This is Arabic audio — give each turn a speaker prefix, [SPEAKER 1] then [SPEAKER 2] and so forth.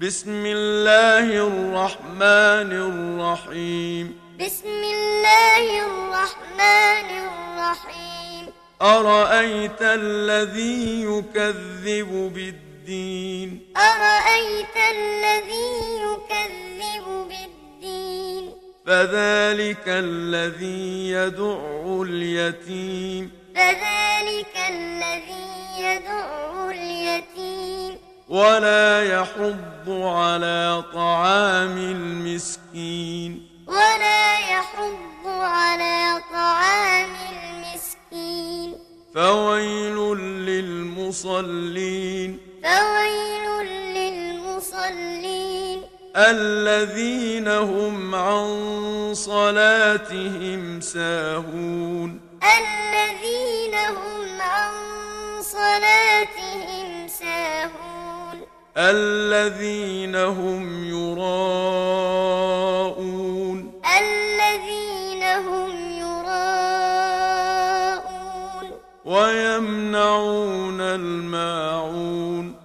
[SPEAKER 1] بسم الله الرحمن الرحيم
[SPEAKER 2] بسم الله الرحمن الرحيم
[SPEAKER 1] أرأيت الذي يكذب بالدين
[SPEAKER 2] أرأيت الذي يكذب بالدين
[SPEAKER 1] فذلك الذي يدع اليتيم
[SPEAKER 2] فذلك الذي يدع اليتيم
[SPEAKER 1] ولا يحض على طعام المسكين
[SPEAKER 2] ولا يحض على طعام المسكين
[SPEAKER 1] فويل للمصلين
[SPEAKER 2] فويل للمصلين
[SPEAKER 1] الذين هم عن صلاتهم ساهون
[SPEAKER 2] الذين هم عن صلاتهم ساهون
[SPEAKER 1] الذين هم يراءون
[SPEAKER 2] الذين هم يراءون
[SPEAKER 1] ويمنعون الماعون